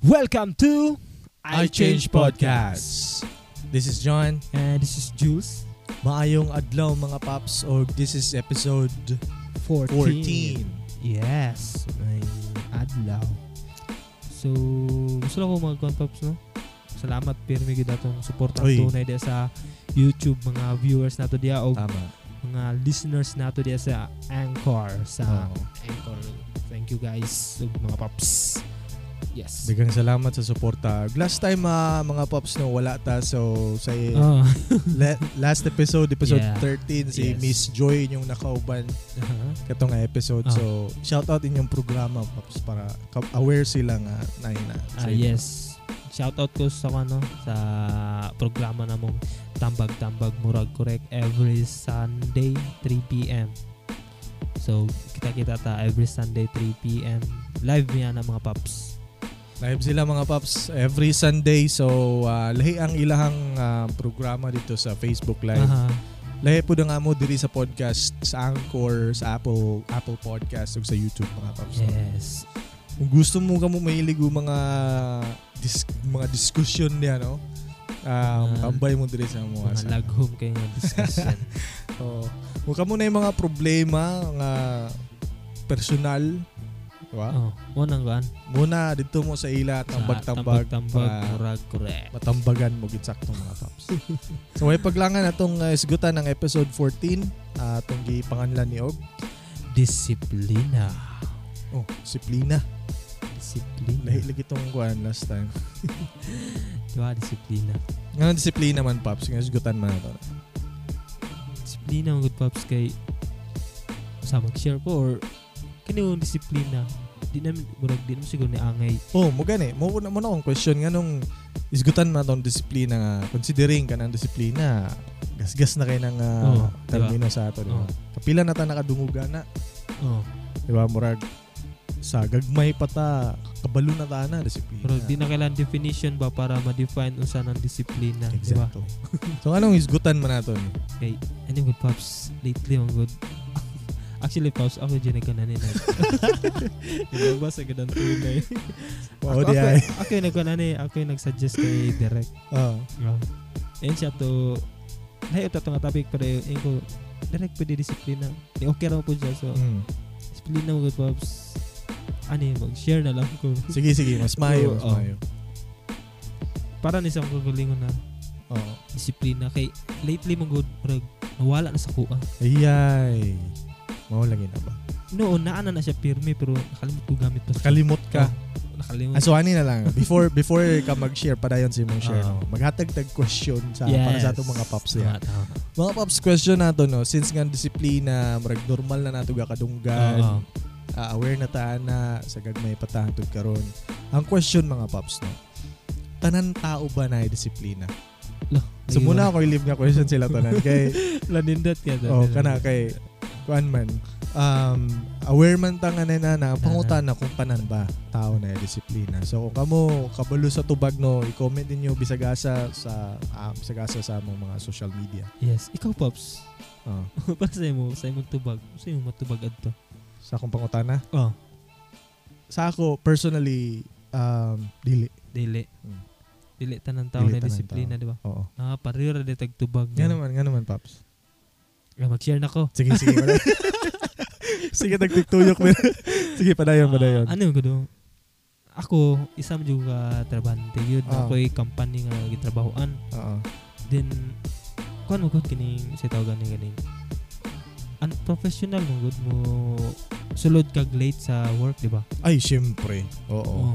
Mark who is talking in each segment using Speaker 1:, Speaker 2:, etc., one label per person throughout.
Speaker 1: Welcome to
Speaker 2: I Change Podcasts. This is John.
Speaker 1: And this is Jules,
Speaker 2: Maayong adlaw mga paps or this is episode 14.
Speaker 1: 14. Yes, may adlaw. So, gusto lang ko mga contops, no? Salamat, Pirmigid, atong support ang
Speaker 2: Uy.
Speaker 1: tunay diya sa YouTube, mga viewers nato diya, o
Speaker 2: Tama.
Speaker 1: mga listeners nato diya sa Anchor, sa
Speaker 2: Oo.
Speaker 1: Anchor. Thank you guys, ug mga paps. Yes.
Speaker 2: Daghang salamat sa suporta. Last time ah, mga paps no wala ta so sa
Speaker 1: Oh.
Speaker 2: la- last episode episode
Speaker 1: Yeah.
Speaker 2: 13 si
Speaker 1: Yes.
Speaker 2: Miss Joy yung nakauban
Speaker 1: Oh.
Speaker 2: kato nga episode.
Speaker 1: Ah.
Speaker 2: So shout out inyong programa paps para ka- aware sila nga na na.
Speaker 1: Ah, yes. Shout out ko sa ano sa programa namong Tambag-tambag Murag Correct every Sunday 3 PM. So kita-kita ta every Sunday 3 PM. Live niya na mga paps.
Speaker 2: Live sila mga paps every Sunday so ah, lahi ang ilahang ah, programa dito sa Facebook Live.
Speaker 1: Aha.
Speaker 2: Lahi po na nga mo diri sa podcast, sa Anchor, sa Apple, Apple Podcast ug sa YouTube mga paps.
Speaker 1: Yes.
Speaker 2: Kung gusto mo kamo mahilig og mga dis- mga discussion niya no. Um,
Speaker 1: Mga-
Speaker 2: tambay mo diri sa mo
Speaker 1: Ah. Mga laghom kayo nga discussion.
Speaker 2: Oo. Kung kamo na yung mga problema nga personal, di ba?
Speaker 1: oh, mo nang gaan.
Speaker 2: Muna dito mo sa ila
Speaker 1: Sa
Speaker 2: tambag-tambag. Ah.
Speaker 1: Tambag-tambag
Speaker 2: para
Speaker 1: Murag Correct.
Speaker 2: matambagan mo gitsaktong mga paps. so may paglangan atong uh, isgutan ng episode 14 uh, atong gipanganlan ni Og.
Speaker 1: Disiplina.
Speaker 2: Oh, disiplina.
Speaker 1: Disiplina.
Speaker 2: Lahi lagi tong kuan last time.
Speaker 1: Diba? Disiplina.
Speaker 2: Nga disiplina man paps, nga isgutan man ato.
Speaker 1: disiplina mga good pops kay sa mag-share po or kini yung disiplina di namin murag di namin siguro ni angay
Speaker 2: Oh, mo gani, mo mo na akong question nga nung isgutan man atong disiplina nga considering ka ng disiplina. Gasgas na kay nang uh,
Speaker 1: Oo, diba?
Speaker 2: termino sa ato, di ba?
Speaker 1: Oo.
Speaker 2: Kapila na ta nakadunguga na,
Speaker 1: oh
Speaker 2: di ba? Murag sa gagmay pa ta, kabalo na ta na disiplina.
Speaker 1: pero di na kailangan definition ba para ma-define unsa ng disiplina di ba
Speaker 2: Exacto. Diba? so anong isgutan man nato ni?
Speaker 1: kay ano good pops lately mga good actually pops ako dyan nagkananin na diba ba sa ganang tunay
Speaker 2: Wow,
Speaker 1: ako,
Speaker 2: di ay. Ah,
Speaker 1: ako yung nagkananin ako yung nagsuggest kay Derek
Speaker 2: Oo.
Speaker 1: Yan siya to, layo ta to nga topic pero yun ko, direct pwede disiplina. Di okay raw po siya. So,
Speaker 2: Mm.
Speaker 1: disiplina mo good pops. Ano yun, mag-share na lang ko.
Speaker 2: Sige, sige. Mas mayo, mas
Speaker 1: Oo.
Speaker 2: mayo.
Speaker 1: Para ni sa kagalingon na
Speaker 2: Oo.
Speaker 1: disiplina. Kay, lately mo good, parang nawala na sa ah. kuha.
Speaker 2: Ayay. Mawalangin na ba?
Speaker 1: Noon, naana na siya pirmi pero nakalimut ko gamit pa siya.
Speaker 2: Kalimot ka. Ah,
Speaker 1: Oh, nakalimut.
Speaker 2: Aso ani na lang. Before before ka mag-share, padayon si mong share.
Speaker 1: Oo.
Speaker 2: no? Maghatag-tag question sa para sa atong mga pops
Speaker 1: Tama,
Speaker 2: ya.
Speaker 1: tama.
Speaker 2: Mga pops question nato no, since nga disiplina, murag normal na nato
Speaker 1: Oo.
Speaker 2: kadunggan. ah, aware na ta na sa gagmay patahantod karon. Ang question mga pops no. Tanan tao ba na disiplina?
Speaker 1: Lah,
Speaker 2: So
Speaker 1: lagi
Speaker 2: muna ako
Speaker 1: ba?
Speaker 2: i-leave nga question sila tanan kay
Speaker 1: Lanindot ka. to.
Speaker 2: Oh, kana kay kuan man. Um, aware man ta nga na na na, pangutan na kung tanan ba tao na disiplina. So kung kamo kabalo sa tubag no, i-comment ninyo bisagasa sa ah, bisagasa sa among mga social media.
Speaker 1: Yes. Ikaw, Pops.
Speaker 2: Oh,
Speaker 1: Para sa'yo mo, sa'yo mong tubag. Sa'yo mo matubag adto.
Speaker 2: sa akong pangutana.
Speaker 1: Oh.
Speaker 2: Sa ako personally um dili.
Speaker 1: Dili.
Speaker 2: Mm.
Speaker 1: Dili tanang tao
Speaker 2: Dili
Speaker 1: na
Speaker 2: tanang
Speaker 1: disiplina, di ba?
Speaker 2: Oo.
Speaker 1: Ah, parira di tagtubag.
Speaker 2: Nga naman, nga naman paps.
Speaker 1: Ah, mag-share na ko.
Speaker 2: Sige, sige. wala. sige, tagtiktuyok mo. sige, padayon, padayon.
Speaker 1: Ah, ano yung gano'n? Ako, isa mo yung uh, trabante yun.
Speaker 2: Ah.
Speaker 1: Ako'y company nga gitrabahoan.
Speaker 2: Oo.
Speaker 1: Then, kuan mo gud kining sa tao ganing ganing. Unprofessional mo gud mo sulod kag late sa work, di ba?
Speaker 2: Ay, syempre. Oo.
Speaker 1: Oo.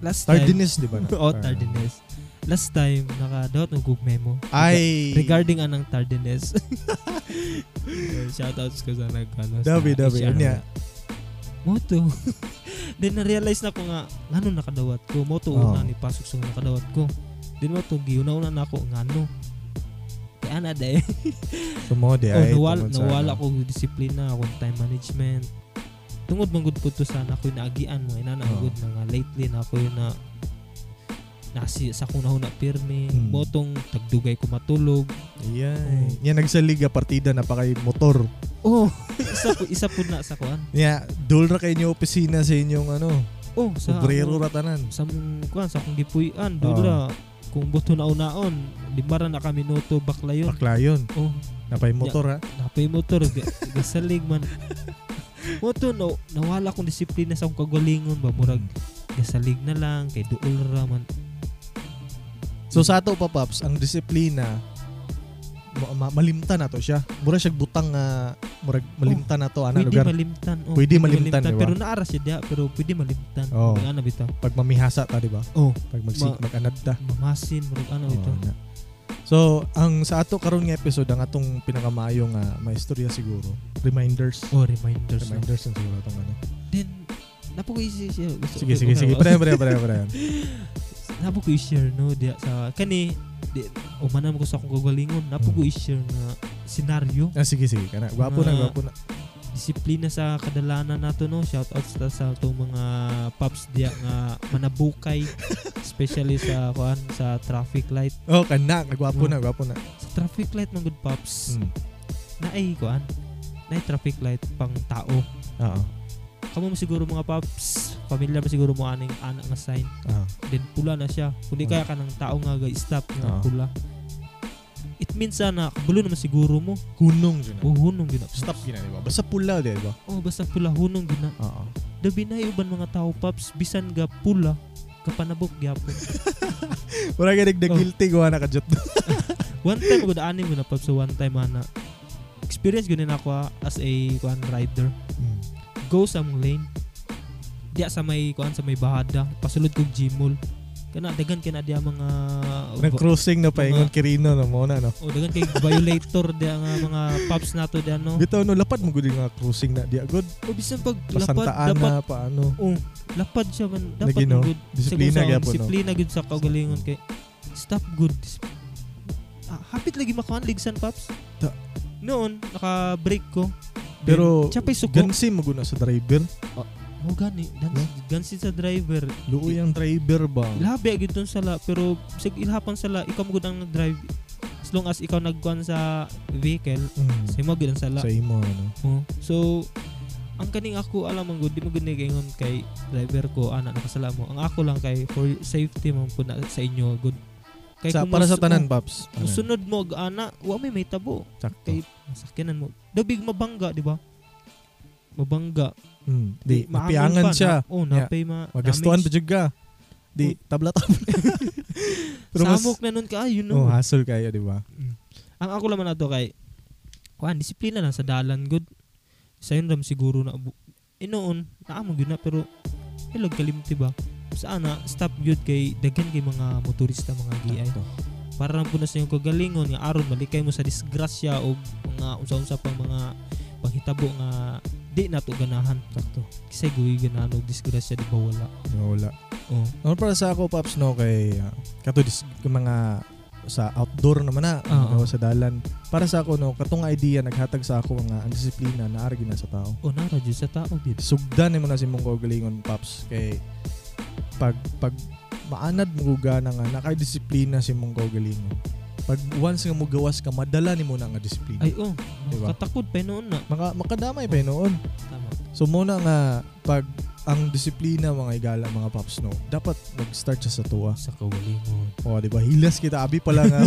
Speaker 1: Last time,
Speaker 2: Oh. Tardiness, di ba? na?
Speaker 1: oh, tardiness. Last time, nakadaot ng gug memo.
Speaker 2: Ay.
Speaker 1: regarding anang tardiness. Shoutouts ko sa nag ano, sa
Speaker 2: Dabi, ya. dabi.
Speaker 1: HR.
Speaker 2: Yun niya.
Speaker 1: Moto. Then na-realize na ko nga ngano nakadawat ko. Moto
Speaker 2: Oo.
Speaker 1: una ni pasok sa nakadawat ko. Then moto giuna una na ako ngano. Kaya na day.
Speaker 2: Tumode
Speaker 1: oh, nawala, nawala ko og disiplina, akong time management. Tungod man gud po to sana ko naagian mo. Ina na
Speaker 2: Oo.
Speaker 1: gud na nga lately na ako yun na nasi sa kunahon na pirmi.
Speaker 2: Mm.
Speaker 1: Motong tagdugay ko matulog.
Speaker 2: Yan. Oh. Yan nagsaliga partida na pa kay motor.
Speaker 1: Oh, isa po, isa po na sa kuan.
Speaker 2: Nya, dulra kay inyo opisina sa inyong ano.
Speaker 1: Oh, sa
Speaker 2: Sobrero ra tanan.
Speaker 1: sa mong kuan sa akong gipuy-an dulo
Speaker 2: Oo.
Speaker 1: ra kung buto na unaon lima ra na ka minuto baklayon
Speaker 2: Baklayon.
Speaker 1: oh
Speaker 2: Napay motor ha.
Speaker 1: napay motor ga- gasalig man mo to no, nawala kong disiplina sa akong kagalingon ba murag gasalig na lang kay duol ra man
Speaker 2: So sa ato pa paps, ang disiplina ma- ma- malimta na to siya. Mura siya butang nga murag malimta na to ana
Speaker 1: pwede
Speaker 2: lugar
Speaker 1: malimtan oh,
Speaker 2: Pwede malimtan, di ba? Oh.
Speaker 1: pero naara siya diha pero pwede malimtan
Speaker 2: Oo.
Speaker 1: Murag ano bitaw
Speaker 2: pag mamihasa ta di ba?
Speaker 1: oh
Speaker 2: Pag magsig
Speaker 1: Ma-
Speaker 2: mag-anad ta.
Speaker 1: mamasin murag ano
Speaker 2: Oo,
Speaker 1: bitaw
Speaker 2: na. So, ang sa ato karon nga episode ang atong pinakamayo nga maistorya siguro, reminders.
Speaker 1: oh reminders no.
Speaker 2: Reminders ang siguro atong ano.
Speaker 1: then napako easy siya Gusto-
Speaker 2: Sige, sige, sige. Pre, pre, pre, pre.
Speaker 1: napo ko i-share no diya sa kani di umanan ko sa akong gagalingon napo ko i-share nga senaryo
Speaker 2: Ah, sige, sige. Kana. Gwapo na,
Speaker 1: Mga-
Speaker 2: gwapo na.
Speaker 1: disiplina sa kadalanan nato no shout out sa sa to mga pops diya nga manabukay especially sa kuan sa traffic light
Speaker 2: Oh, kana. Gwapo
Speaker 1: Mm.
Speaker 2: na, gwapo na.
Speaker 1: sa traffic light mga good pops
Speaker 2: Mm.
Speaker 1: naay kuan naay traffic light pang tao
Speaker 2: Oo.
Speaker 1: kamo mo siguro mga pops pamilya mo siguro mo aning anak nga sign
Speaker 2: Oo.
Speaker 1: then pula na siya. Kundi
Speaker 2: Oo.
Speaker 1: kaya ka ng tao nga ga-stop
Speaker 2: Oo.
Speaker 1: nga pula. It means sana kabulo naman siguro mo.
Speaker 2: Kunong dyan.
Speaker 1: O hunong gina.
Speaker 2: Stop gina, di ba? Basta pula, di ba?
Speaker 1: Oh, basta pula hunong gina.
Speaker 2: Oo.
Speaker 1: Dabi na uban mga tao paps bisan ga pula kapanabok gyapon.
Speaker 2: Wala ka nagda
Speaker 1: Oh.
Speaker 2: guilty gawa na kajot.
Speaker 1: one time ko daanin mo na paps so one time ana. Experience ko na ako ah, as a kuan rider.
Speaker 2: Mm.
Speaker 1: Go sa mong lane. Diya sa may kuan sa may bahada, pasulod kog Gmall. Kana dagan kana diya mga
Speaker 2: Nag-crossing na paingon kirino no mo na no.
Speaker 1: O dagan kay violator diya nga mga pops nato diya no.
Speaker 2: Bitaw no lapad mo gud yung nga crossing na diya good.
Speaker 1: O bisan pag lapad
Speaker 2: Pasantaan
Speaker 1: dapat
Speaker 2: na paano.
Speaker 1: oh, lapad siya man dapat
Speaker 2: Lagi, no?
Speaker 1: good
Speaker 2: Disiplina
Speaker 1: Siguro sa-
Speaker 2: gyapon, no?
Speaker 1: Disiplina good sa kaugalingon kay stop good. Dis- Ah, hapit lagi makuan ligsan paps.
Speaker 2: Ta-
Speaker 1: Noon naka-break ko.
Speaker 2: Pero
Speaker 1: Siya pa'y suko.
Speaker 2: gansi mo guna sa driver.
Speaker 1: oh, gani. Dan-
Speaker 2: Yeah.
Speaker 1: Gansi sa driver.
Speaker 2: Luoy ang driver ba?
Speaker 1: Labi agad dun sala. Pero sig ilhapan sala, ikaw mo gud ang nag-drive. As long as ikaw nagkuhan sa vehicle,
Speaker 2: Mm.
Speaker 1: sa mo gud ang sala.
Speaker 2: Sa imo ano.
Speaker 1: Oh. So, ang kaning ako alam ang good, di mo ginigingon kay driver ko, ana nakasala mo. Ang ako lang kay for safety man po na sa inyo good. Kay
Speaker 2: Sa,
Speaker 1: kung
Speaker 2: para sa
Speaker 1: mus-
Speaker 2: tanan paps. Ano,
Speaker 1: kung sunod mo og ana, wa may may tabo.
Speaker 2: Sakto.
Speaker 1: Kay sakyanan mo. Dabig mabangga, di ba? Mabangga.
Speaker 2: Mm. Di,
Speaker 1: maangon
Speaker 2: mapiangan
Speaker 1: pa,
Speaker 2: siya.
Speaker 1: Na, oh,
Speaker 2: Yeah.
Speaker 1: napay ma.
Speaker 2: Magastuan pa
Speaker 1: damage. Oh.
Speaker 2: jud ka. Di, tabla-tabla. Pero mas,
Speaker 1: Samok na nun ka, ah, yun
Speaker 2: oh,
Speaker 1: no.
Speaker 2: hassle kayo, di ba?
Speaker 1: Mm. Ang ako naman ato kay kuan disiplina lang sa dalan good. Sayon ram siguro na bu- inoon naamo gyud na pero ilag kalimti ba. Sana stop gyud kay daghan kay mga motorista mga GI.
Speaker 2: Sakto.
Speaker 1: Para lang po na sa iyong kagalingon nga aron malikay mo sa disgrasya o mga unsa-unsa pang mga panghitabo nga di nato ganahan.
Speaker 2: Sakto.
Speaker 1: Kasi guwi ganahan og disgrasya di ba wala.
Speaker 2: Wala.
Speaker 1: Oh.
Speaker 2: Ano para sa ako, Paps, no, kay uh, katong dis- yung mga sa outdoor naman na,
Speaker 1: Oo.
Speaker 2: ano, sa dalan. Para sa ako, no, katong idea, naghatag sa ako nga ang disiplina na argi na sa tao.
Speaker 1: O oh, nara jud sa tao gid.
Speaker 2: Sugdan mo na si mong kagalingon, Paps, kay pag, pag maanad mo guga na nga, nakadisiplina si mong kagalingon. Pag once nga mo gawas ka, madala ni mo na nga disiplina.
Speaker 1: Ay oh,
Speaker 2: Di ba?
Speaker 1: katakod pa noon na.
Speaker 2: Maka, makadamay pa yun noon.
Speaker 1: Tama.
Speaker 2: So muna nga, pag ang disiplina mga igala mga paps no, dapat mag-start siya sa tuwa.
Speaker 1: Sa kagalingon.
Speaker 2: O, di ba? Hilas kita. Abi pala nga.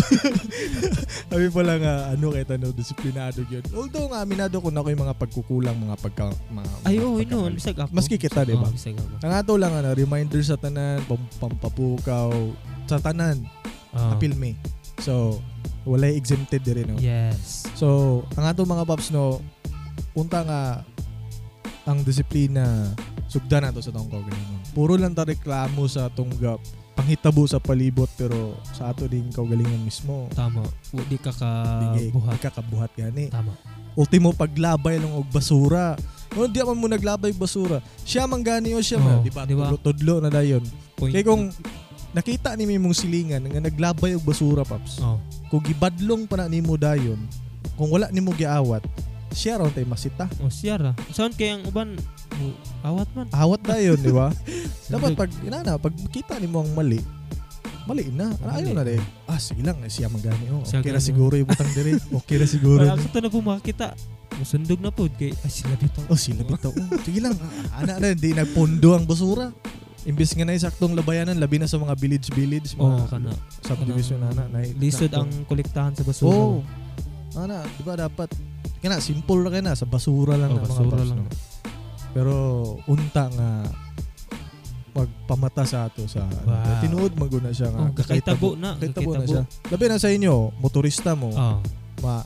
Speaker 2: abi pala nga, ano, kay no, disiplinado yun. Although nga, aminado ko na ko yung mga pagkukulang, mga pagka... Mga,
Speaker 1: Ay,
Speaker 2: mga
Speaker 1: oo, yun noon.
Speaker 2: pagkamali.
Speaker 1: Bisag ako.
Speaker 2: Maski kita, di ba?
Speaker 1: Oo, bisag ako.
Speaker 2: Ang ato lang, ano, reminder sa tanan, pam, pampapukaw, sa tanan,
Speaker 1: Ah,
Speaker 2: apil me. So, wala exempted diri no?
Speaker 1: Yes.
Speaker 2: So, ang ato mga paps, no, unta nga, ang disiplina, sugda na to sa tong kaugalingon. Puro lang ta reklamo sa tunggap, panghitabo sa palibot, pero sa ato din kaugalingon mismo,
Speaker 1: Tama. O, di ka Ah, kabuhat.
Speaker 2: ikakabuhat gani.
Speaker 1: Tama.
Speaker 2: Ultimo paglabay lang og basura. No, di man mo naglabay og basura. Siya man gani o siya man,
Speaker 1: Oo,
Speaker 2: di ba?
Speaker 1: di ba?
Speaker 2: Tudlo na dayon.
Speaker 1: Point.
Speaker 2: Kaya kung nakita ni mong silingan nga naglabay og basura paps.
Speaker 1: Oh.
Speaker 2: Kung gibadlong pa na nimo dayon, kung wala nimo giawat, siya raw tay masita.
Speaker 1: O, siyara. Oh, ah. Saan kaya ang uban? O, awat man.
Speaker 2: Awat dayon, di ba? Ah, Dapat
Speaker 1: Siyempre,
Speaker 2: pag inana, pag kita nimo ang mali, mali na. Ano
Speaker 1: Mali.
Speaker 2: ayaw na dayon. Ah, sige lang, eh, siya man gani. Oh,
Speaker 1: Siya
Speaker 2: okay ra
Speaker 1: gani, oh.
Speaker 2: siguro yung butang dire. Okay ra siguro.
Speaker 1: Wala ka na po makakita. Masundog na po. Kay, ay sila dito.
Speaker 2: Oh, sila bitaw. Oh, sige lang. Ah, Ana na, hindi nagpondo ang basura. Imbis nga na saktong labayanan, labi na sa mga village-village,
Speaker 1: Oo,
Speaker 2: mga
Speaker 1: kana.
Speaker 2: Oh, subdivision na na. na-
Speaker 1: Lisod ang
Speaker 2: saktong-
Speaker 1: kolektahan sa basura.
Speaker 2: Oo.
Speaker 1: Oh,
Speaker 2: Ana, Oh. di ba dapat, kana, simple na kaya na, sa basura lang
Speaker 1: Oo,
Speaker 2: na mga
Speaker 1: Oh, basura
Speaker 2: paps,
Speaker 1: lang
Speaker 2: no?
Speaker 1: na.
Speaker 2: Pero, unta nga, pagpamata sa ato sa ano,
Speaker 1: Wow.
Speaker 2: tinuod maguna siya nga
Speaker 1: Oh, kakitabo Ah. na.
Speaker 2: ah, kakitabo na siya labi na sa inyo motorista mo
Speaker 1: Oo.
Speaker 2: ma,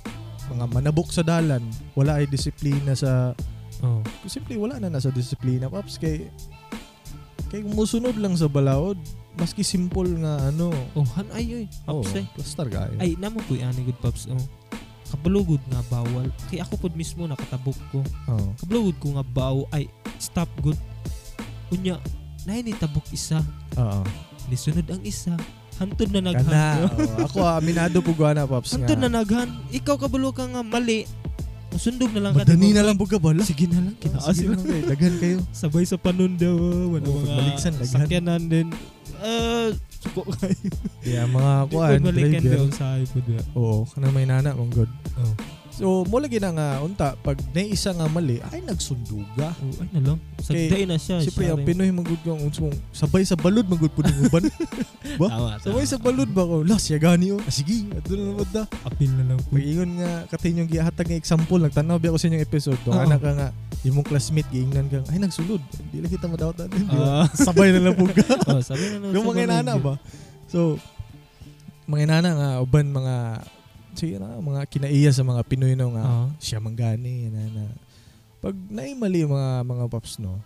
Speaker 2: mga manabok sa dalan wala ay disiplina sa
Speaker 1: Oo.
Speaker 2: simply wala na nasa disiplina paps kay kay musunod lang sa balaod maski simple nga ano oh,
Speaker 1: Oh, han ay oy. Paps eh.
Speaker 2: plaster kayo
Speaker 1: Ay, namo ko ani good paps. Oh. Kabulugod nga bawal. Kaya ako pod mismo nakatabok ko.
Speaker 2: oh.
Speaker 1: Kabulugod ko nga baw ay stop good. Unya, naay ni tabok isa,
Speaker 2: oo
Speaker 1: nisunod ang isa. Hantod na naghan.
Speaker 2: kana
Speaker 1: no?
Speaker 2: oo. ako ah, aminado po na paps nga
Speaker 1: Hantod na naghan. Ikaw kabulo ka nga mali. Masundog na lang ka.
Speaker 2: madani
Speaker 1: di ba?
Speaker 2: na lang po ka bala
Speaker 1: Sige na
Speaker 2: Ah,
Speaker 1: lang.
Speaker 2: sige
Speaker 1: Kinaasin
Speaker 2: lang kayo daghan kayo
Speaker 1: Sabay sa panon daw. Wala
Speaker 2: Oo,
Speaker 1: mga
Speaker 2: pagbaliksan, laghan.
Speaker 1: sakyanan din. Ah, suko kayo.
Speaker 2: yeah mga
Speaker 1: Di ko
Speaker 2: kuan
Speaker 1: balikan
Speaker 2: driver
Speaker 1: daw sa diba? iPod. ba?
Speaker 2: oo kana may nana mong god
Speaker 1: Oo.
Speaker 2: so mo lagi na nga unta pag naisa nga mali ay nagsunduga
Speaker 1: Oh, ay na lang. Sagday na siya.
Speaker 2: Siyempre,
Speaker 1: siya
Speaker 2: ang
Speaker 1: rin.
Speaker 2: Pinoy magod kang unsong sabay sa balod magod po ng uban. ba?
Speaker 1: Tama,
Speaker 2: Sabay
Speaker 1: tama.
Speaker 2: sa balod ba ko? Las, yagani oh. Ah, sige, doon na naman da.
Speaker 1: Apil na lang po.
Speaker 2: Pag-ingon nga, katin yung gihatag nga example, nagtanaw biya ko sa inyong episode to.
Speaker 1: Oo.
Speaker 2: Anak ka nga, imong classmate, giingnan ka, ay nagsulod. Hindi lang kita madawat natin. di ba?
Speaker 1: Ah.
Speaker 2: Sabay na lang po ka.
Speaker 1: oh, sabi na lang.
Speaker 2: Yung
Speaker 1: sa
Speaker 2: mga ah. inana
Speaker 1: balon,
Speaker 2: ba? So, mga inana nga, uban mga, sige na, mga kinaiya sa mga Pinoy no
Speaker 1: yun.
Speaker 2: nga,
Speaker 1: Oo.
Speaker 2: siya manggani, yan na. Pag naimali yung mga mga paps no,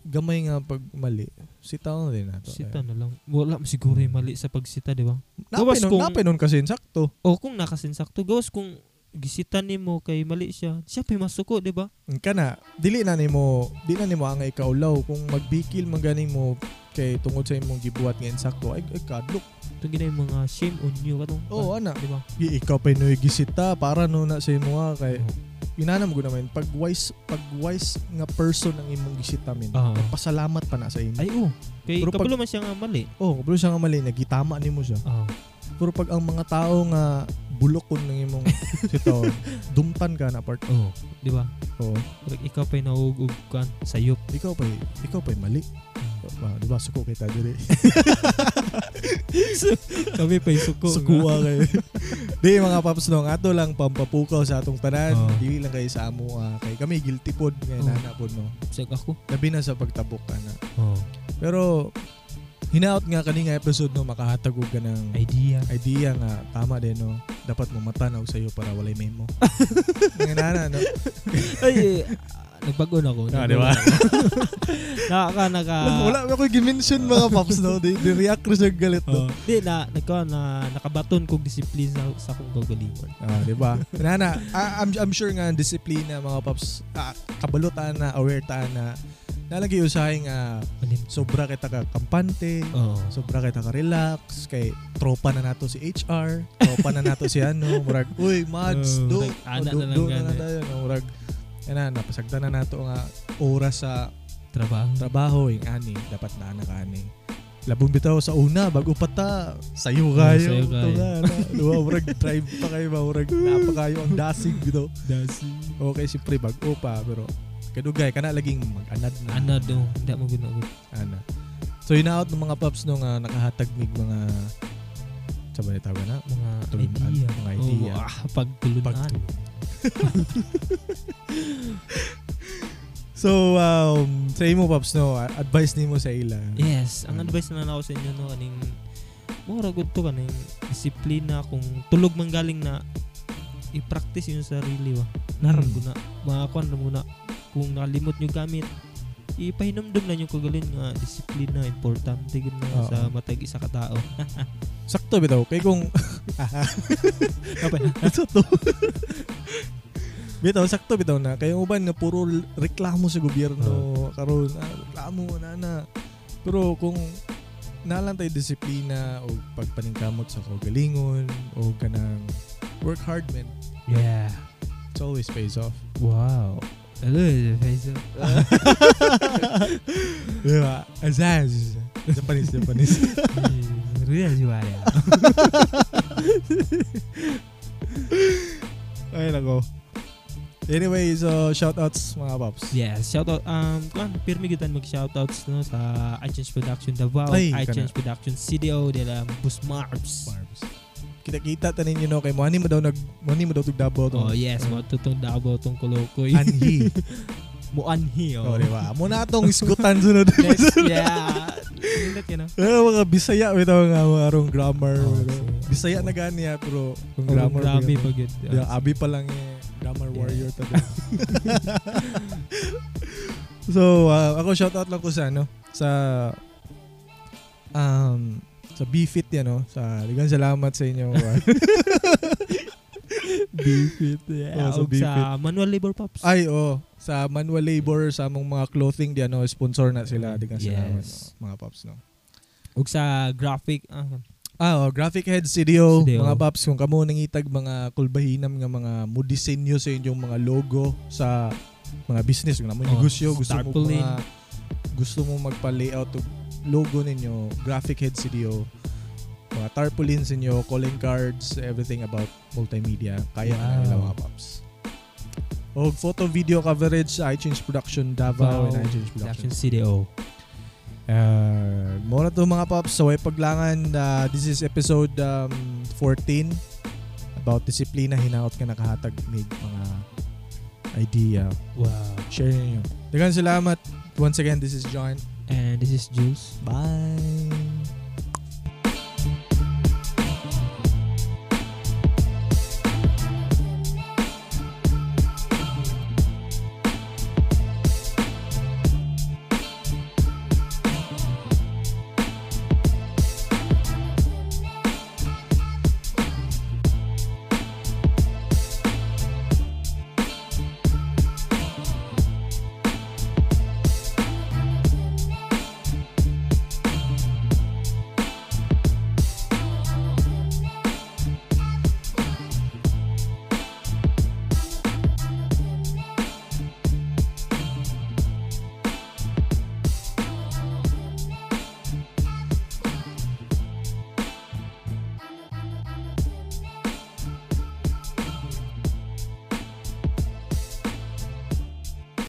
Speaker 2: gamay nga pag mali, sitaw na din nato.
Speaker 1: Sita na lang. Wala siguro yung mali sa pagsita, di ba?
Speaker 2: Napay
Speaker 1: Gawas
Speaker 2: nun,
Speaker 1: kung-
Speaker 2: napay nun kasi sakto.
Speaker 1: O kung nakasinsak to, gawas kung gisita ni mo kay mali siya, siya pimasuko, di ba?
Speaker 2: Ka na, dili na nimo, di na nimo ang ikaulaw kung magbikil man gani mo kay tungod sa imong gibuhat nga insakto ay, ay kadlok.
Speaker 1: Itong ginay mga shame on you, katong.
Speaker 2: Oo ana,
Speaker 1: Di ba?
Speaker 2: Di ikaw pa inoy gisita para no na sa imo ha, kay
Speaker 1: Oo.
Speaker 2: inanam ko naman pag wise pag wise nga person ang imong gisita min.
Speaker 1: Oo.
Speaker 2: Pasalamat pa na sa imo.
Speaker 1: Ay, oo. Kay
Speaker 2: Pero pag-
Speaker 1: kabulo man siya nga mali.
Speaker 2: Oh, kabalo siya nga mali nagitama nimo siya.
Speaker 1: Oo.
Speaker 2: Pero pag ang mga tao nga bulokon ng imong sito, dumtan ka na part.
Speaker 1: Oo. Di ba?
Speaker 2: Oo.
Speaker 1: Like, ikaw pa'y nauugog ka, sayop.
Speaker 2: Ikaw pa ikaw pa mali. Ah, di ba suko kita dire.
Speaker 1: Kami pa'y suko. nga.
Speaker 2: Sukuha kayo. di mga paps no, ato lang pampapukaw sa atong tanan.
Speaker 1: Oo.
Speaker 2: Dili lang kayo sa amo ah, kay kami guilty pod nga
Speaker 1: Oo.
Speaker 2: nana pod no.
Speaker 1: Siya ako.
Speaker 2: Labi na sa pagtabok ka na.
Speaker 1: Oo.
Speaker 2: Pero hinaot nga kani nga episode no makahatag og ka ng
Speaker 1: Idea.
Speaker 2: idea nga tama din no. Dapat mo matanaw sa iyo para walay memo. Nga nana no.
Speaker 1: Ay, eh, ah, nagbago na ako.
Speaker 2: Ah,
Speaker 1: Nagbago
Speaker 2: di ba?
Speaker 1: na ako. Nakaka, naka...
Speaker 2: wala wala ko gimension mga paps no. Di, di react ko sa galit no.
Speaker 1: Oh. Di, na, nagka, na, nakabaton kong disiplina sa, sa kong gagalingon.
Speaker 2: Ah, di ba? Nana, I- I'm I'm sure nga ang disiplina mga paps, ah, kabalutan na, aware ta na nalagi usahay nga
Speaker 1: Malim.
Speaker 2: sobra kita ka kampante,
Speaker 1: Oo.
Speaker 2: sobra kita ka relax, kay tropa na nato si HR, tropa na nato si ano, murag, uy, Mads,
Speaker 1: Oh,
Speaker 2: do,
Speaker 1: murag, ana
Speaker 2: do,
Speaker 1: na lang eh."
Speaker 2: do na
Speaker 1: gani.
Speaker 2: lang tayo, no, murag, ana, napasagdan na nato nga oras sa
Speaker 1: trabaho.
Speaker 2: trabaho, yung ani, dapat na ana ka ani. Labong bitaw sa una, bago pa ta, sayo
Speaker 1: Oh,
Speaker 2: kayo.
Speaker 1: sayo
Speaker 2: Ito
Speaker 1: kayo.
Speaker 2: nga, na, diba, murag drive pa kayo, ba, murag napakayo ang dasig bitaw.
Speaker 1: Dasi.
Speaker 2: Okay, siyempre, bago pa, pero kadugay, kana laging mag-anad na.
Speaker 1: Ano do? Hindi mo ginagot.
Speaker 2: Ana. Ano. So, hinaot ng mga paps nung ah, nakahatag mig mga sabay na tawag na,
Speaker 1: Mga
Speaker 2: Tulungan,
Speaker 1: idea.
Speaker 2: mga idea.
Speaker 1: Oo, ah, pagtulunan.
Speaker 2: Pagtulungan. So, um, sa imo paps no, a- advice nimo sa ila.
Speaker 1: Yes. Ang
Speaker 2: Ano?
Speaker 1: advice na ako sa inyo, no, kaning, mura good to, kaning disiplina, kung tulog man galing na, i-practice yung sarili, wa. Naram
Speaker 2: Mm.
Speaker 1: ko na. Mga kwan, ram ko na. Kung nakalimot nyo gamit, ipahinumdum na yung kagalin nga disiplina importante gud na
Speaker 2: Oo.
Speaker 1: sa matag isa ka tao.
Speaker 2: Sakto bitaw kay kung
Speaker 1: Kapay.
Speaker 2: sakto. bitaw sakto bitaw na kay uban na puro l- reklamo sa gobyerno karon ah, reklamo na na. Pero kung nalang tayo disiplina o pagpaningkamot sa kaugalingon o kanang work hard man,
Speaker 1: yeah.
Speaker 2: it always pays off.
Speaker 1: Wow. Hello, Facebook.
Speaker 2: diba? Azaz. Japanese, Japanese.
Speaker 1: Real juara.
Speaker 2: Ay, nako. Anyway, so shoutouts mga paps.
Speaker 1: Yes, shoutout um kuan pirmi gyud mag shoutouts no sa iTunes Production Davao,
Speaker 2: Ay,
Speaker 1: iTunes Production CDO dela Busmarbs.
Speaker 2: Barbs. Kita-kita tanin yun, okay? Mo, ani mo daw nag, mo ani mo daw tugdabaw to.
Speaker 1: Oh yes, mo tutong Davao tong Kolokoy.
Speaker 2: Anhi.
Speaker 1: mo anhi
Speaker 2: oh,
Speaker 1: oh.
Speaker 2: di ba? Mo na atong iskutan sunod.
Speaker 1: Yes, ya. yeah. Nindot yun, no?
Speaker 2: Eh, mga Bisaya, may tawag nga mga arong grammar.
Speaker 1: Oh,
Speaker 2: pero
Speaker 1: sige.
Speaker 2: Bisaya na gani ya, pero kung
Speaker 1: Oh, ya.
Speaker 2: grammar.
Speaker 1: grabe
Speaker 2: pero-
Speaker 1: pa gyud.
Speaker 2: Yeah, abi pa lang eh. Grammar
Speaker 1: Yeah.
Speaker 2: warrior ta doon. so, uh, ako shoutout lang ko sa ano, sa um sa BFit yan, no? Sa, ligang salamat sa inyo.
Speaker 1: Bifit.
Speaker 2: Oh,
Speaker 1: Yeah.
Speaker 2: sa
Speaker 1: og sa ya. Manual Labor Pops.
Speaker 2: Ay, oo. Sa manual labor, sa among mga clothing, di ano, sponsor na sila. Digang salamat,
Speaker 1: Yes.
Speaker 2: no? ano, mga paps, no?
Speaker 1: Ug sa graphic ah,
Speaker 2: Ah, oh, Graphic Head Studio,
Speaker 1: Studio.
Speaker 2: mga paps, kung kamo nangitag mga kulbahinam nga mga mo disenyo sa inyong mga logo sa mga business, kung namo
Speaker 1: Oh,
Speaker 2: negosyo, gusto mo
Speaker 1: tarpaulin.
Speaker 2: mga, gusto mo magpa-layout og logo ninyo, Graphic Head Studio, mga tarpaulins ninyo, calling cards, everything about multimedia, kaya na
Speaker 1: Wow.
Speaker 2: nila mga paps. Og photo video coverage sa iTunes Production Davao
Speaker 1: Davao
Speaker 2: and iTunes Production
Speaker 1: Production CDO.
Speaker 2: Uh, muna to mga paps, sa way paglangan, uh, this is episode um, 14 about disiplina, hinaot ka nakahatag may mga idea.
Speaker 1: Wow.
Speaker 2: Share ninyo. Dagan salamat. Once again, this is John.
Speaker 1: And this is Jules.
Speaker 2: Bye!